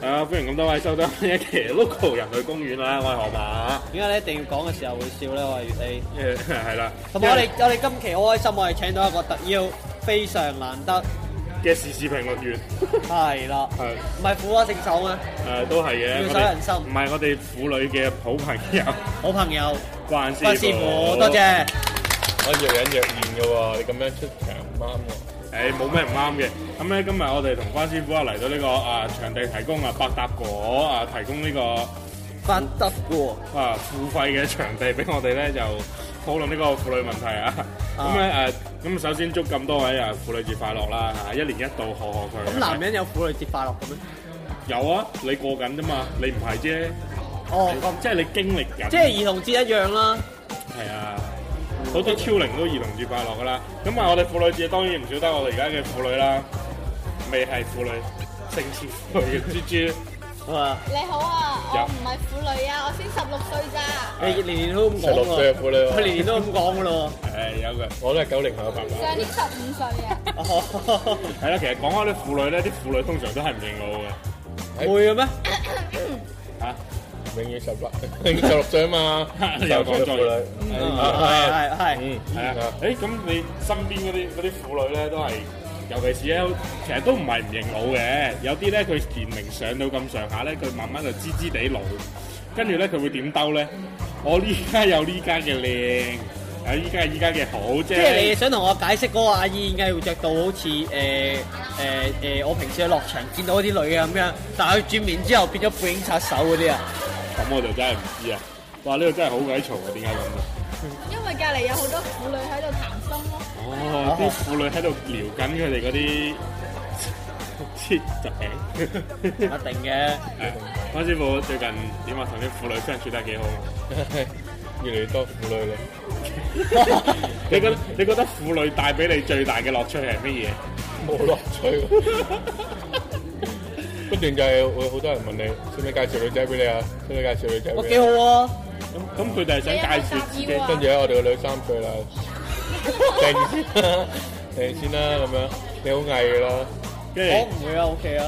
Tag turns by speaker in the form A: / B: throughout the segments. A: 係啊，歡迎咁多位收聽呢一期 Local 人類公園啦，我係河馬。
B: 點解你一定要講嘅時候會笑咧？我係粵 A。
A: 誒係啦，
B: 同埋我哋我哋今期好開心，我哋請到一個特邀，非常難 得，
A: 嘅時事評論員
B: 係啦，
A: 係
B: 唔係苦瓜正手咩？
A: 誒都係嘅，我
B: 妙手
A: 哋
B: 仁心
A: 唔係我哋婦女嘅好朋 友
B: 好朋友，
A: 關
B: 關師傅，多。謝。
C: 我若隱若現嘅喎，你咁樣出場唔啱喎。
A: 誒冇咩唔啱嘅，咁咧今日我哋同關師傅啊嚟到呢個啊場地提供啊百搭果啊提供呢個
B: 發得喎，
A: 啊付費嘅場地俾我哋咧就討論呢個婦女問題啊。
B: 啊
A: 咁咧誒咁首先祝咁多位啊婦女節快樂啦嚇，一年一度賀賀佢。
B: 咁男人有婦女節快樂嘅咩？
A: 有啊，你過緊啫嘛，你唔係啫，
B: 哦，咁
A: 即係你經歷緊。
B: 即係兒童節一樣啦。
A: 係啊，好多超齡都兒童節快樂噶啦。咁啊，我哋婦女節當然唔少得我哋而家嘅婦女啦，未係婦女，性似婦女嘅豬豬。
B: 哇！
D: 你好啊，我唔係婦女啊，我先十六歲咋。
B: 你年年都咁
C: 十六
B: 講
C: 歲
B: 喎
C: 嘅，婦女
B: 佢年
C: 喎，
B: 年都咁講嘅 咯
A: 誒有嘅，
C: 我都係九零後嘅爸爸。
D: 上年十五歲啊，
B: 喎。哦，
A: 係啦。其實講開啲婦女咧，啲婦女通常都係唔認老嘅
B: 會嘅咩？
A: 嚇。，
C: 永遠十 六，永遠十六歲啊嘛
A: 又講
C: 婦
A: 錯
C: 女
A: 嘢。
B: 係
C: Ừ. 嗯
B: 係係。
A: 係啊
C: 啊，
A: 誒咁你身邊嗰啲嗰啲婦女咧都係，尤其是咧，其實都唔係唔認老嘅，有啲咧佢年齡上到咁上下咧，佢慢慢就知知地老，跟住咧佢會點兜咧？我呢家有呢家嘅靚，有依家依家嘅好啫。
B: 即係你想同我解釋嗰個阿姨點解會着到好似誒誒誒，我平時去落場見到嗰啲女嘅咁樣，但係佢轉面之後變咗背影殺手嗰啲啊！
A: 咁我就真係唔知啊！哇，呢度真係好鬼嘈啊！點解咁啊？
D: 因為隔離有好多婦女喺度談心咯。
A: 哦，啲婦女喺度聊緊佢哋嗰啲 切 疾病。
B: 一定嘅，
A: 關啊師傅最近點啊？同啲婦女相處得幾好啊？
C: 越嚟越多婦女啦。
A: 你覺得你覺得婦女帶俾你最大嘅樂趣係乜嘢？
C: 冇樂趣。不斷就係會好多人問你，識唔識介紹女仔俾你啊？識唔識介紹女仔
B: 我
C: 俾
B: 幾
C: 你啊？
B: 好啊！
A: 咁咁佢哋係想介紹自己
D: 你有冇答要啊
C: 跟住咧，我哋個女三歲啦，掟住 先啦，掟先啦咁樣，你好偽㗎 啦。
A: 跟
B: 我
A: 住
B: 唔會啊，OK 啊，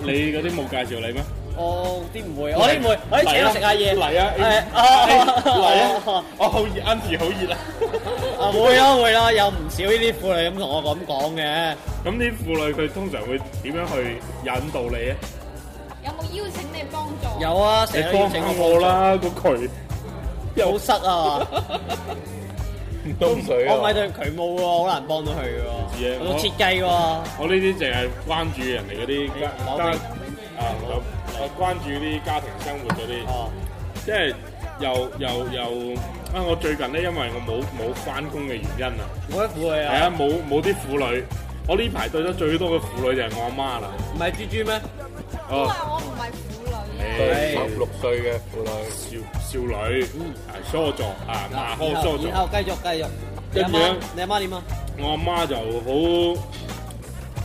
A: 你你嗰啲冇介紹你咩？
B: 我啲唔會，我啲唔會，我啲請我食下嘢，
A: 嚟啊！
B: 誒
A: 哎 嚟啊！我好熱，Auntie 好熱啊！
B: 啊會啦會啦，有唔少呢啲婦女咁同我咁講嘅，
A: 咁啲婦女佢通常會點樣去引導你啊？
D: 有冇邀請你幫助？
B: 有啊，成
A: 你
B: 日都要
A: 幫
B: 請
A: 下我
B: 幫
A: 啦，個渠
B: 助，好塞啊！
C: 唔通水啊！
B: 我咪對佢冇喎，好難幫到佢嘅
A: 知啊
B: 喎，
A: 我
B: 我設計喎。
A: 我呢啲淨係關注人哋嗰啲家
B: 我
A: 家啊，我我關注啲家庭生活嗰啲。
B: 哦，
A: 即係又又又啊！我最近咧，因為我冇冇翻工嘅原因啊，
B: 冇得會
A: 係
B: 啊！
A: 啊，冇冇啲婦女，我呢排對得最多嘅婦女就係我阿媽啦。
B: 唔係豬豬咩？
D: 都
A: 哦，
D: 話我唔係婦女啊。
C: 對
A: 誒
C: 十六歲嘅婦女。
A: 少少女啊，疏作啊，麻
B: 然
A: 科
B: 嗯後
A: 疏
B: 然後
A: 作。
B: 繼續繼續。你
A: 跟
B: 阿
A: 住
B: 媽
A: 呢，
B: 你阿媽點啊？
A: 我阿媽就好，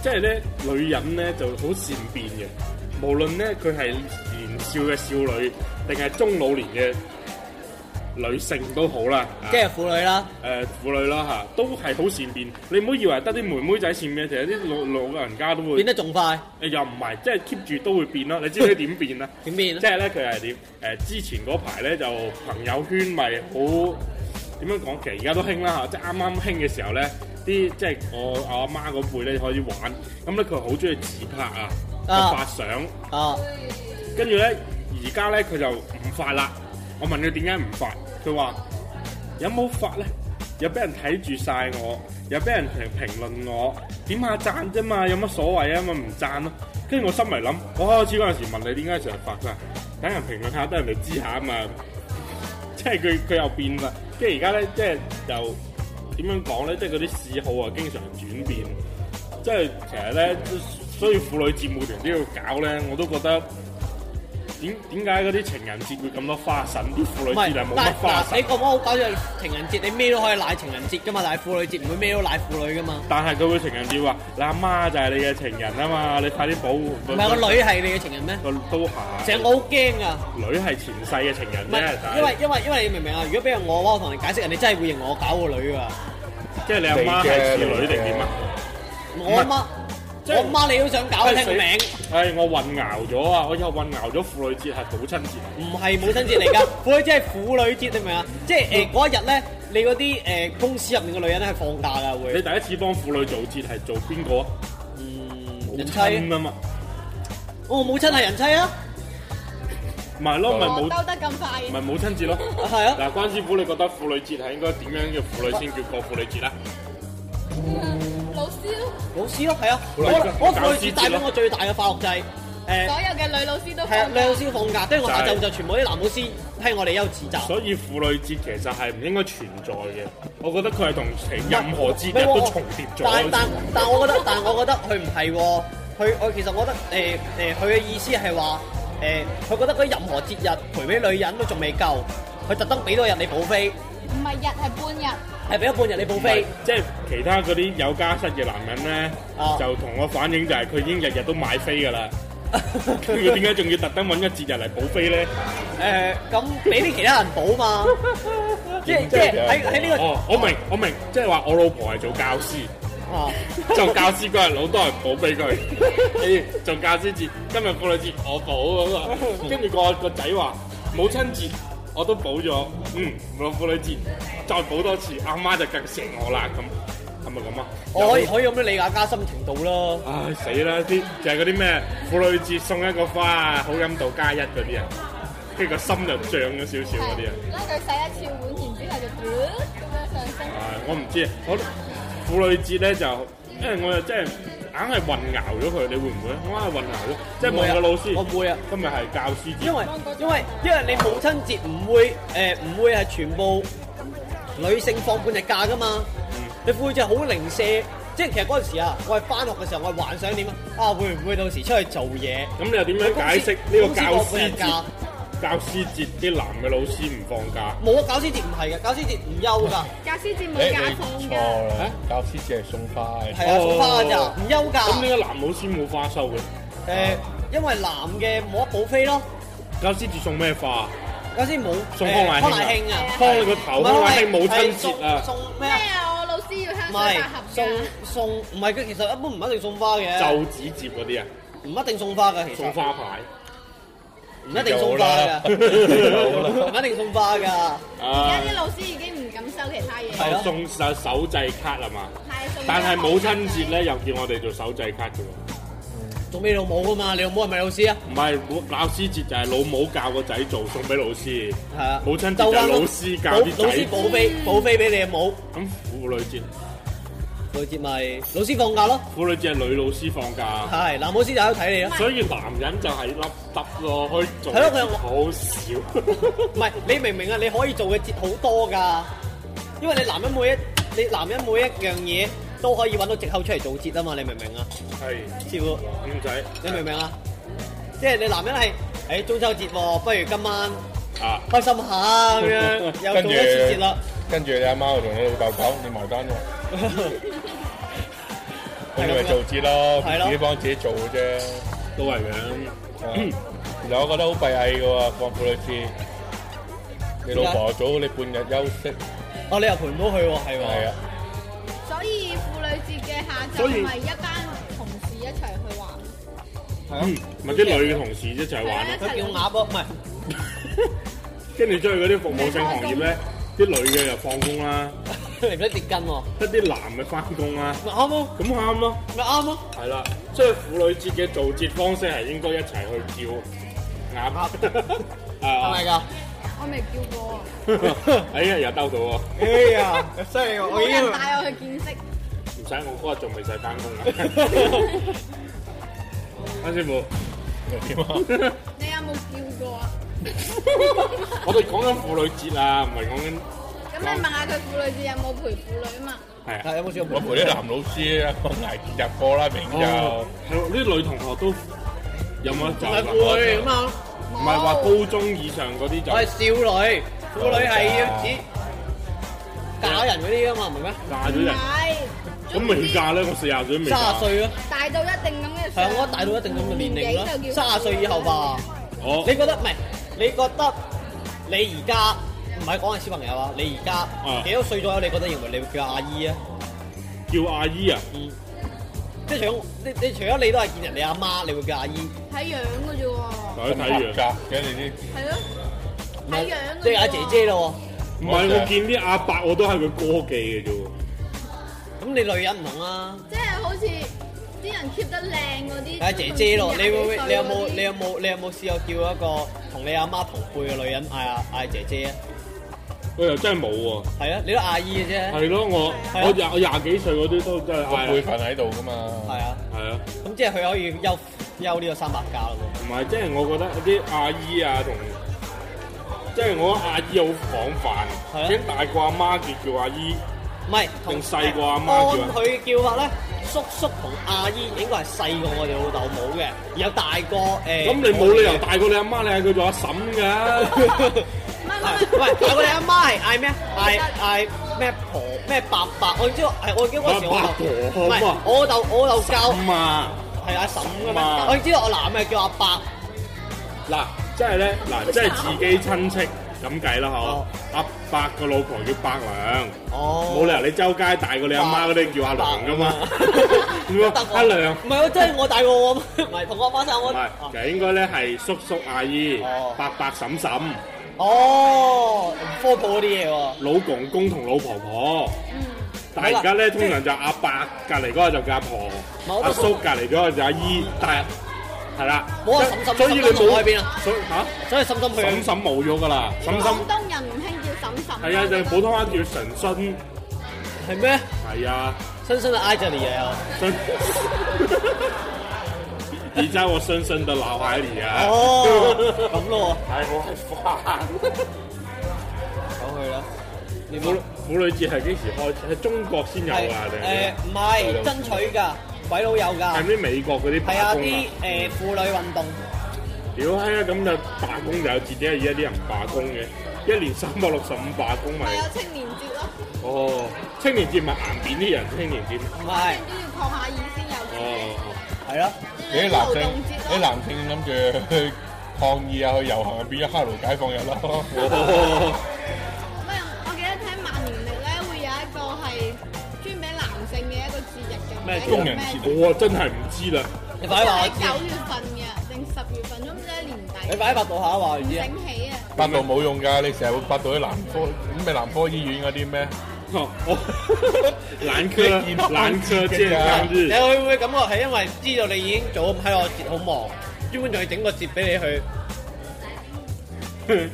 A: 即係咧女人咧就好善變嘅，無論咧佢係年少嘅少女定係中老年嘅女性都好啦。啊
B: 即係婦女啦，
A: 誒、婦女啦嚇，都係好善變。你唔好以為得啲妹妹仔善變，其實啲老老人家都會
B: 變得仲快，
A: 誒又唔係，即係 keep 住都會變咯。你知唔知點變啊？
B: 點
A: 即
B: 變咧？
A: 係咧，佢係點？誒、之前嗰排咧就朋友圈咪好點樣講？其實而家都興啦嚇，即係啱啱興嘅時候咧，啲即係我我阿媽嗰輩咧開始玩，咁咧佢好中意自拍啊，就
B: 啊
A: 發相。
B: 啊，
A: 跟住咧，而家咧佢就唔發啦。我問佢點解唔發，佢話有冇發咧？又俾人睇住晒我，又俾人評評論我，點下讚啫嘛，有乜所謂啊？咪唔讚咯。跟住我心嚟諗，我開始嗰陣時問你點解成日發㗎，等人評論下，等人哋知下啊嘛。即係佢佢又變啦，跟住而家咧，即係又點樣講咧？即係嗰啲嗜好啊，經常轉變。即係其實咧，所以婦女節目團都要搞咧，我都覺得點點解嗰啲情人節會咁多花神？啲婦
B: 唔
A: 女節
B: 係
A: 係冇乜
B: 但
A: 花
B: 嗱，
A: 神啊
B: 你，覺唔覺得好搞笑？情人節你咩都可以賴情人節噶嘛，賴婦女節唔會咩都賴婦女噶嘛。
A: 但係佢會情人節話：你阿媽就係你嘅情人啊嘛，你快啲保護。
B: 唔係個女係你嘅情人咩？
A: 個都係，
B: 成日我好驚啊！
A: 女係前世嘅情人
B: 唔
A: 啫，
B: 係，
A: 但
B: 因
A: 係
B: 為因為因為你明唔明啊？如果俾人我嘅話，我同你解釋，人哋真係會認我 à. 搞個女噶。
A: 即係你阿媽係似女定點啊？
B: 我阿媽
A: 即
B: 我
A: 係
B: 媽你都想搞聽個名，
A: 唉，我混淆咗啊！我又混淆咗婦女節係母親節。
B: 唔係母親節嚟㗎，婦女節係婦女節，你明唔明啊？即係誒嗰一日咧，你嗰啲誒公司入面嘅女人咧係放假㗎
A: 你
B: 會，
A: 第一次幫婦女做節係做邊個啊？
B: 嗯，
A: 母
B: 人
A: 親
B: 妻，
A: 啊嘛，
B: 我母親係人妻啊，
A: 咪係咯，咪母
D: 我兜得咁快嘅
A: 咪，母親節咯。
B: 係啊，
A: 哦嗱，關師傅，你覺得婦女節係應該點樣嘅婦女先叫過婦女節啊咧？
D: 老師咯，
B: 老師咯，係啊，
A: 好
B: 我
A: 啦而家搞
B: 我婦女
A: 獅
B: 節
A: 子
B: 帶俾
A: 咯
B: 我最大嘅快樂就係誒。
D: 所有嘅女老師都
B: 係啊，
D: 放
B: 兩老
D: 假
B: 師放假，跟住我下晝就全部啲男老師聽我哋休自習。
A: 所以婦女節其實係唔應該存在嘅。我覺得佢係同任何節日都重疊
B: 但
A: 咗。
B: 但但我覺得，但我覺得佢唔係喎，佢我其實我覺得誒誒，佢、嘅意思係話誒，佢、覺得嗰啲任何節日陪俾女人都仲未夠，佢特登俾多日你補飛，
D: 唔係日係半日。
B: 係俾咗半日你補
A: 唔係
B: 飛。
A: 即係其他嗰啲有家室嘅男人咧
B: 啊，
A: 就同我反映就係佢已經日日都買飛㗎 啦。咁佢點解仲要特登揾一節日嚟補飛咧？
B: 誒咁俾啲其他人補嘛，即係即係喺喺呢
A: 哦，我明我明，即係話我老婆係做教師，
B: 個啊
A: 做教師嗰日老多人補俾佢。 誒，做教師節，今日婦女節我補咁啊。 跟住個個仔話母親節我都補咗，嗯，老婦女節再補多次，阿媽就更錫我啦咁，係咪咁啊？
B: 我可以可以咁樣理解加深程度咯。
A: 唉死啦！啲就係嗰啲咩婦女節送一個花啊，好飲度加一嗰啲啊，跟住個心就漲咗少少嗰啲啊。
D: 拉佢洗一次碗，然之後就嘟咁樣上升。
A: 啊，我唔知，我婦女節咧就，因為我又真係硬係混淆咗佢，你會唔會？我硬係混淆咗，即係望個老師，
B: 我會啊。
A: 今日係教師節，
B: 因為因為因為你母親節唔會誒唔、會係全部女性放半日假噶嘛，你婦女節好零舍，即係其實嗰陣時啊，我係翻學嘅時候，我係幻想點啊，啊會唔會到時出去做嘢？
A: 咁你又點樣解釋呢個
B: 公司
A: 教
B: 公司放半日
A: 師
B: 假
A: 節？教師節啲男嘅老師唔放假，
B: 冇啊，教師節唔係嘅，教師節唔休㗎，
D: 教師節冇
C: 誒
D: 假放
C: 你錯
D: 㗎，
C: 啦，教師只係送花嘅。
B: 係啊，送花㗎咋，唔休
A: 咁
B: 㗎。
A: 點解男老師冇花收嘅？
B: 誒、因為男嘅冇得補飛咯，
A: 教師節送咩花啊？
B: 教師冇
A: 送
B: 誒
A: 康乃馨啊
B: 康乃馨啊，
A: 幫你個頭，
B: 唔係
A: 幫你
B: 係
A: 母親
B: 係送
A: 節啊！
B: 送咩
D: 咩
B: 啊？
D: 啊？我老師要香
B: 唔
D: 水
B: 係
D: 百合
B: 送
D: 㗎，
B: 送唔係佢其實一般唔一定送花嘅，
A: 就指接嗰啲啊，
B: 唔一定送花嘅，其
A: 送
B: 實
A: 花牌。
B: 唔一定送花 㗎，
C: 有啦
B: 唔一定送花㗎，
D: 而
A: 啊
D: 家啲老師已經唔敢收其他嘢，
B: 係
D: 係
B: 咯
A: 送手手製卡啊嘛，
D: 送
A: 但係母親節咧又叫我哋做手製卡嘅喎，
B: 送俾老母㗎嘛，你老母係咪老師啊？
A: 唔係母老師節就係老母教個仔做，送俾老師。
B: 係啊，
A: 母親節就係老師教啲仔
B: 老老師補飛補飛俾你嘅母，
A: 咁婦女節，
B: 老節咪老師放假咯，
A: 婦女節係女老師放假，
B: 係男老師就喺度睇你咯，
A: 所以男人就係粒得咯，可以做
B: 係咯佢
A: 好少。
B: 唔係你明唔明啊？你可以做嘅節好多㗎，因為你男人每一你男人每一樣嘢都可以揾到藉口出嚟做節啊嘛，你明唔明啊？
A: 係
B: 師傅。
A: 點仔
B: 你明唔明啊？即係你男人係，誒、中秋節喎，不如今晚
A: 啊？
B: 開心下咁樣，又做一次節啦。
C: 跟住你阿媽會同你老豆講，你埋單喎，咁你咪做節咯，
B: 係咯
C: 自己幫自己做嘅啫。
A: 都係嘅，
C: 啊其實我覺得好閉翳嘅喎，放婦女節，你老婆早你半日休息，
B: 哦，你又陪唔到佢喎，係
C: 係
B: 喎
C: 啊。，
D: 所以婦女節嘅下
A: 所以
D: 晝咪一班同事一齊去玩，
A: 嗯咪啲女嘅同事一齊玩咯。
B: 佢叫鴨咯，唔係
A: 跟住將去嗰啲服務性行業咧，啲女嘅又放工啦，
B: 佢唔使跌筋喎，
A: 得啲男嘅翻工啦，
B: 咪啱咯，
A: 咁啱咯。
B: 咪啱咯。
A: 係啦，即係婦女節嘅造節方式係應該一齊去叫鴨，
B: 係咪㗎？
D: 我未叫過，
A: 啊！ 哎呀，又兜到喎，
B: 哎呀，犀利喎！
D: 冇 人帶我去見識。
A: 唔使我嗰日仲未使翻工啊！阿師傅，
C: 又點啊？
D: 你有冇叫過啊？
A: 我哋講緊婦女節啊，唔係講緊
D: 咁你問下佢婦女節有冇陪婦女啊嘛？
A: 係啊，
B: 係有冇試
C: 我
B: 過
C: 陪啲男老師啊，我捱節日課啦，明
A: 哦
C: 就
A: 係喎啲女同學都有冇
B: 唔
A: 就
B: 係婦
A: 唔
B: 女咁啊，
A: 係話高中以上嗰啲就
B: 我係少女，婦女係要指嫁人嗰啲㗎嘛，明咩？
A: 嫁
D: 唔
A: 咗人，
D: 係，
A: 咁未嫁咧，我四廿歲都未
B: 三
A: 嫁
B: 十。歲咯，
D: 大到一定咁嘅
B: 係啊
D: 上，
B: 我覺得大到一定咁嘅年齡啦，三十歲以後吧。
A: 我
B: 你覺得唔係？你覺得你而家唔係講緊小朋友啊？你而家幾多歲左右？你覺得認為你會叫阿姨啊？
A: 叫阿姨啊，
B: 嗯，即係除咗你你除咗你都係見人哋阿媽，你會叫阿姨，
D: 睇樣嘅啫喎，
A: 嗱，你睇
B: 啊
A: 完。
C: 夾嘅你啲，
D: 係咯，睇樣嘅啫喎
B: 即係阿姐姐。咯
A: 唔係，我見啲阿伯我都係佢歌技嘅啫喎。
B: 喎。咁你女人唔同啦，
D: 即係好似啲人 keep 得靚嗰啲。
B: 阿姐姐咯，你會唔會
D: 廿幾歲
B: 你有冇
D: 嗰啲
B: 你有？冇你有冇試過叫一個同你阿媽同輩嘅女人嗌阿嗌姐姐啊？
A: 我又真係冇喎。
B: 係啊，你都阿姨嘅啫。
A: 係咯，我
B: 係啊
A: 我廿我廿幾歲嗰啲都真係
C: 個輩
A: 嗌啦。
C: 份喺度噶嘛。
B: 係啊，
A: 係啊，
B: 咁即係佢可以休休呢個三百假咯喎。
A: 同埋即係我覺得啲阿姨啊同，即係我覺得阿姨好廣泛
B: 係啊，
A: 已經大過阿媽叫叫阿姨。
B: 唔係同
A: 定細個阿媽叫啊
B: 按佢叫法咧，叔叔同阿姨應該係細過我哋老豆冇嘅，有大過誒。
A: 咁你冇理由 大過你阿媽，你係佢做阿嬸㗎。
B: Ờ,
D: 唔係唔係唔係
B: 喂，大過你阿媽係嗌咩？嗌嗌咩婆咩伯伯？我知道係我記得嗰時我
A: 嗌
B: 老
A: 伯
B: 唔
A: 伯
B: 係我老豆我老豆教
A: 咁啊！
B: 係阿嬸㗎嘛
A: 嘛。
B: 我知道我男嘅叫阿伯，
A: 嗱，即係咧，嗱，即係自己親戚咁計啦，
B: 哦
A: 嗬。阿伯個老婆叫伯娘，
B: 哦，
A: 冇理由你周街大過你阿媽嗰啲叫阿娘噶 嘛。 點啊阿娘
B: 唔係，我真係我大過我，唔係同我翻晒
A: 唔
B: 我。
A: 係，其實應該咧係叔叔阿姨
B: 哦、
A: 伯伯嬸嬸、
B: 哦，科普嗰啲嘢喎。
A: 老公公同老婆婆。
B: 嗯
A: 但係而家咧，通常就阿伯隔離嗰個就叫阿婆
B: 冇，
A: 阿叔隔離嗰個就阿姨，但係係啦，
B: 冇啊嬸嬸
A: 所以你
B: 嬸嬸
A: 冇
B: 喺邊啊
A: 所以嚇。
B: 所以心心去
A: 嬸嬸冇咗噶啦，嬸嬸
D: 廣東人唔興叫嬸嬸。
A: 係啊，就係普通話叫神孫，
B: 係咩？
A: 係啊，
B: 深深的挨着你啊！
A: 孫。 而家我深深的腦海裡啊，
B: 哦，咁咯
A: 係我係花。
B: 喎，走去啦。你
A: 婦婦女節係幾時開始？係中國先有
B: 係
A: 啊，定係
B: 誒唔係爭取㗎，鬼佬有
A: 係
B: 㗎。
A: 咩美國嗰啲
B: 係
A: 罷
B: 啊，
A: 工啊
B: 啲？誒婦女運動，
A: 屌閪啊！咁就罷工就有節啫，而家啲人唔罷工嘅，一年三百六十五罷工咪
D: 咪有啊青年節咯，
A: 哦，青年節咪硬扁啲人，青年節
B: 唔係
D: 都要抗下議先有嘅。
A: 哦。
B: 係咯，
C: 你啲男
D: 勞
C: 性
D: 動，節
C: 你啲
D: 咯，
C: 男性諗住去抗議啊，去遊行啊，變咗黑奴解放日咯。
A: 哦
D: 咩？我記得睇萬年歷咧，會有一個係專俾男性嘅一個節日嘅。
A: 咩
D: 唔記得
C: 工人節
D: 咩
A: 我真係唔知啦。
B: 你
D: 就
B: 快啲話
D: 係
B: 我知，
D: 九月份嘅定十月份，咁即係年
B: 你
D: 底。
B: 快啲百度下話我
D: 唔
B: 知啊。
D: 醒起啊！
C: 百度冇用㗎，你成日會百度啲男科，咁咪男科醫院嗰啲咩？
A: 哦， 蘭科蘭科健康
B: 你
A: 日，
B: 會唔會感覺係因為知道你已經做咁喺我節好忙，專門仲要整個節俾你去？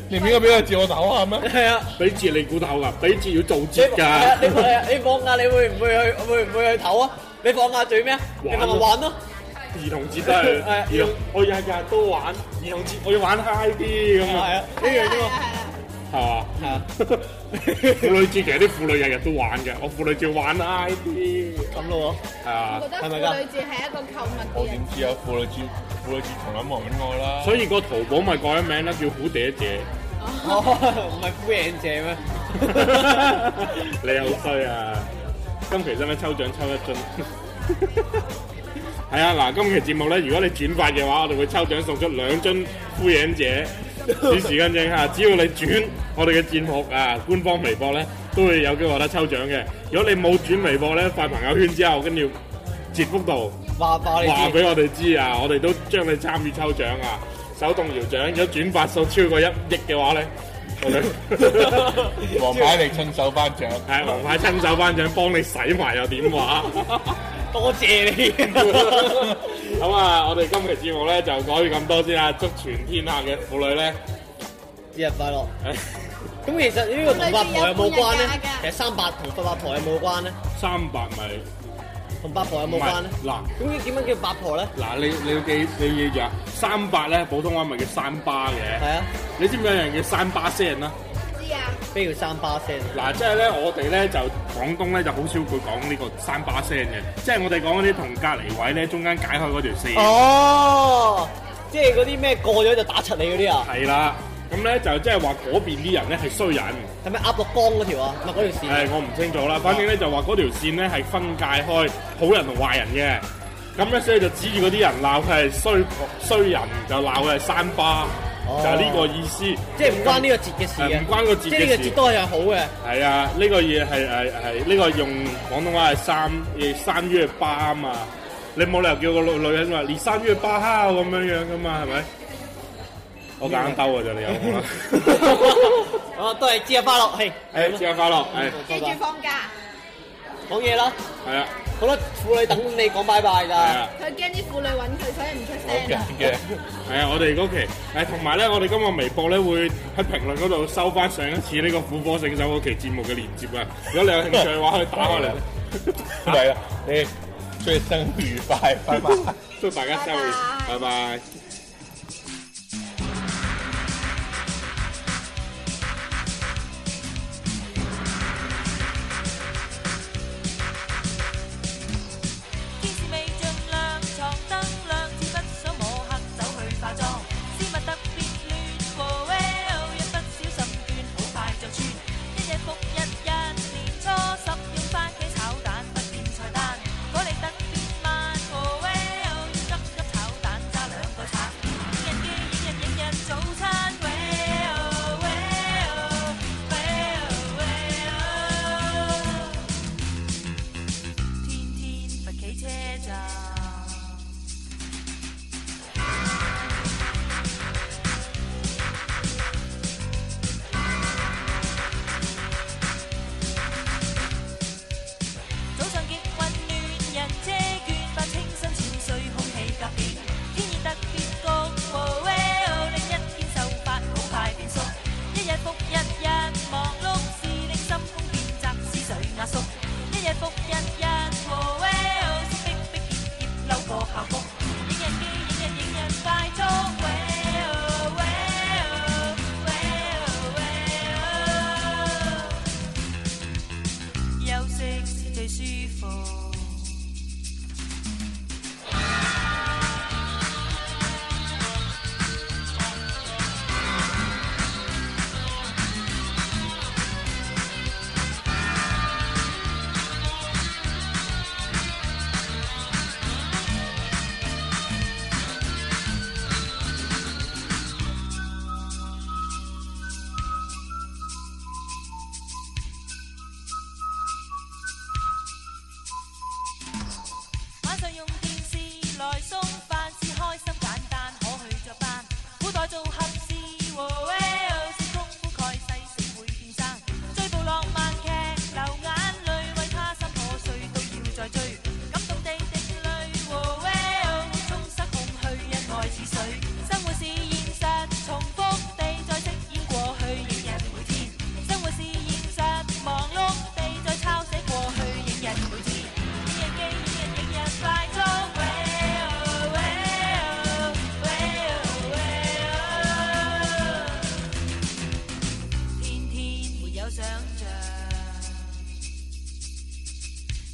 C: 你唔應該俾個字我唞下咩？
B: 係啊。
A: 俾節你估頭噶，俾節要做
B: 你
A: 節
B: 係啊你
A: 㗎。
B: 放你放假你會唔會去會唔會去唞啊？你放假做咩啊？你咪玩咯。
A: 兒童節都係，
B: 係
A: 兒童我日日都玩兒童節，我要玩 high 啲咁
B: 係
A: 啊，
B: 啊，一樣啫
D: 係
B: 嘛。
D: 啊係啊
A: 係嘛？
B: 係啊，
A: 婦女節其實啲婦女日日都玩嘅，我婦女節玩 high 啲，
B: 咁咯
A: 係
D: 我
A: 啊
D: 覺。得
B: 係
D: 婦
B: 咪㗎
D: 女節係一個購物
C: 我
D: 嘅日
C: 點知啊？婦女節，婦女節從來冇人揾我啦。
A: 所以個淘寶咪改咗名啦，叫虎嗲姐。
B: 喎，哦唔係敷衍姐咩？
A: 你好衰啊！今期使唔使抽獎抽一樽？ 係啊，嗱，今期節目咧，如果你轉發嘅話，我哋會抽獎送出兩樽敷衍者。此時更正下，只要你轉我哋嘅節目啊，官方微博咧都會有機會有得抽獎嘅。如果你冇轉微博咧，發朋友圈之後，跟住截幅度
B: 話爆你
A: 話
B: 知，
A: 俾我哋知啊，我哋都將你參與抽獎啊，手動搖獎，如果轉發數超過一億嘅話咧，我哋。
C: 王牌你親手頒 獎，
A: 係王牌親手班長幫你洗埋又點話？
B: 多謝你。
A: 咁啊，我哋今期節目咧就講到咁多先啦，啊祝全天下嘅婦女咧，
B: 節日快樂。咁其實呢個同八婆有冇關咧？其實三八同八八婆有冇關咧？
A: 三百米
B: 同八婆有冇關咧？
A: 嗱
B: 咁點樣叫八婆咧？
A: 嗱，你你要記你要記住啊，三百咧普通話咪叫三巴嘅，
B: 係啊，
A: 你知唔知有人叫三巴聲啦？
D: 子。知啊，
B: 咩叫三巴聲？
A: 嗱，即係咧，我哋咧就廣東咧就好少會講呢個三巴聲嘅，即係我哋講嗰啲同隔離位咧中間解開嗰條線。
B: 哦，即係嗰啲咩過咗就打柒你嗰啲啊？
A: 係啦，咁咧就即係話嗰邊啲人咧係衰人。
B: 係咪鴨綠江嗰條啊？唔係嗰條
A: 誒，
B: 線
A: 我唔清楚啦。反正咧就話嗰條線咧係分界開好人同壞人嘅。咁咧所以就指住嗰啲人鬧佢係衰衰人，就鬧佢係山巴，
B: 哦
A: 就係呢個意思。
B: 即係唔關呢個節嘅事
A: 誒
B: 嘅，
A: 唔關個節嘅事
B: 即係呢個節都係好 嘅。
A: 係啊，呢個嘢係係係呢個用廣東話係三誒三月巴啊嘛，你冇理由叫個女女人話你生於巴哈咁樣樣噶嘛，係咪？我揀兜嘅啫，你有冇啦？
B: 啊，都係節日快樂，係
A: 誒，節日快樂！
B: 哎
A: 係啊
D: 記住放假，
B: 講嘢啦，
A: 係啊，
B: 好多婦女等你講拜拜
A: 係
B: 㗎
A: 啊。
D: 佢驚啲婦女揾佢，所以唔出聲
C: 緊
D: 啊。
C: 嘅，
A: 係啊，我哋嗰期誒同埋咧，我哋今日微博咧會喺評論嗰度收翻上一次呢個苦火聖手嗰期節目嘅連接啊！如果你有興趣嘅話，可以打開嚟，
C: 唔 係啦，你祝你生日愉快，拜拜。
A: 祝大家生日，拜拜。
E: 天使未盡亮，床燈亮，只不想摸黑走去化妝。絲襪特別亂過 well，一不小心斷，好快就穿。一日復一日，年初十用番茄炒蛋不變菜單。果你特別慢過 well，急急炒蛋揸兩個橙。影日機，影日影日早餐 well well well well。天天罰企車站。早上極混亂，人車倦，發清新淺水空氣夾變，天熱特別焗，oh well，另一天秀髮好快變縮，一日復一日忙碌，是令心胸變窄，思緒壓縮，一日復一日，oh well，色逼逼熱熱嬲過校服，影日機影日影日快速，well well well well。休息是最舒服。晚上用電視來送飯，是開心簡單，可去着班。古代做合事和 well，識功夫蓋世死會變生。追部浪漫劇，流眼淚，為他心破碎都要再追。感動地滴淚和 well，充塞空虛，恩愛似水。生活是現實，重複地再飾演過去，影日每天。生活是現實，忙碌地再抄寫過去，影日每天。影日機，影日影日快速，well well well well，天天沒有想像，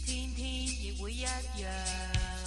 E: 天天亦會一樣。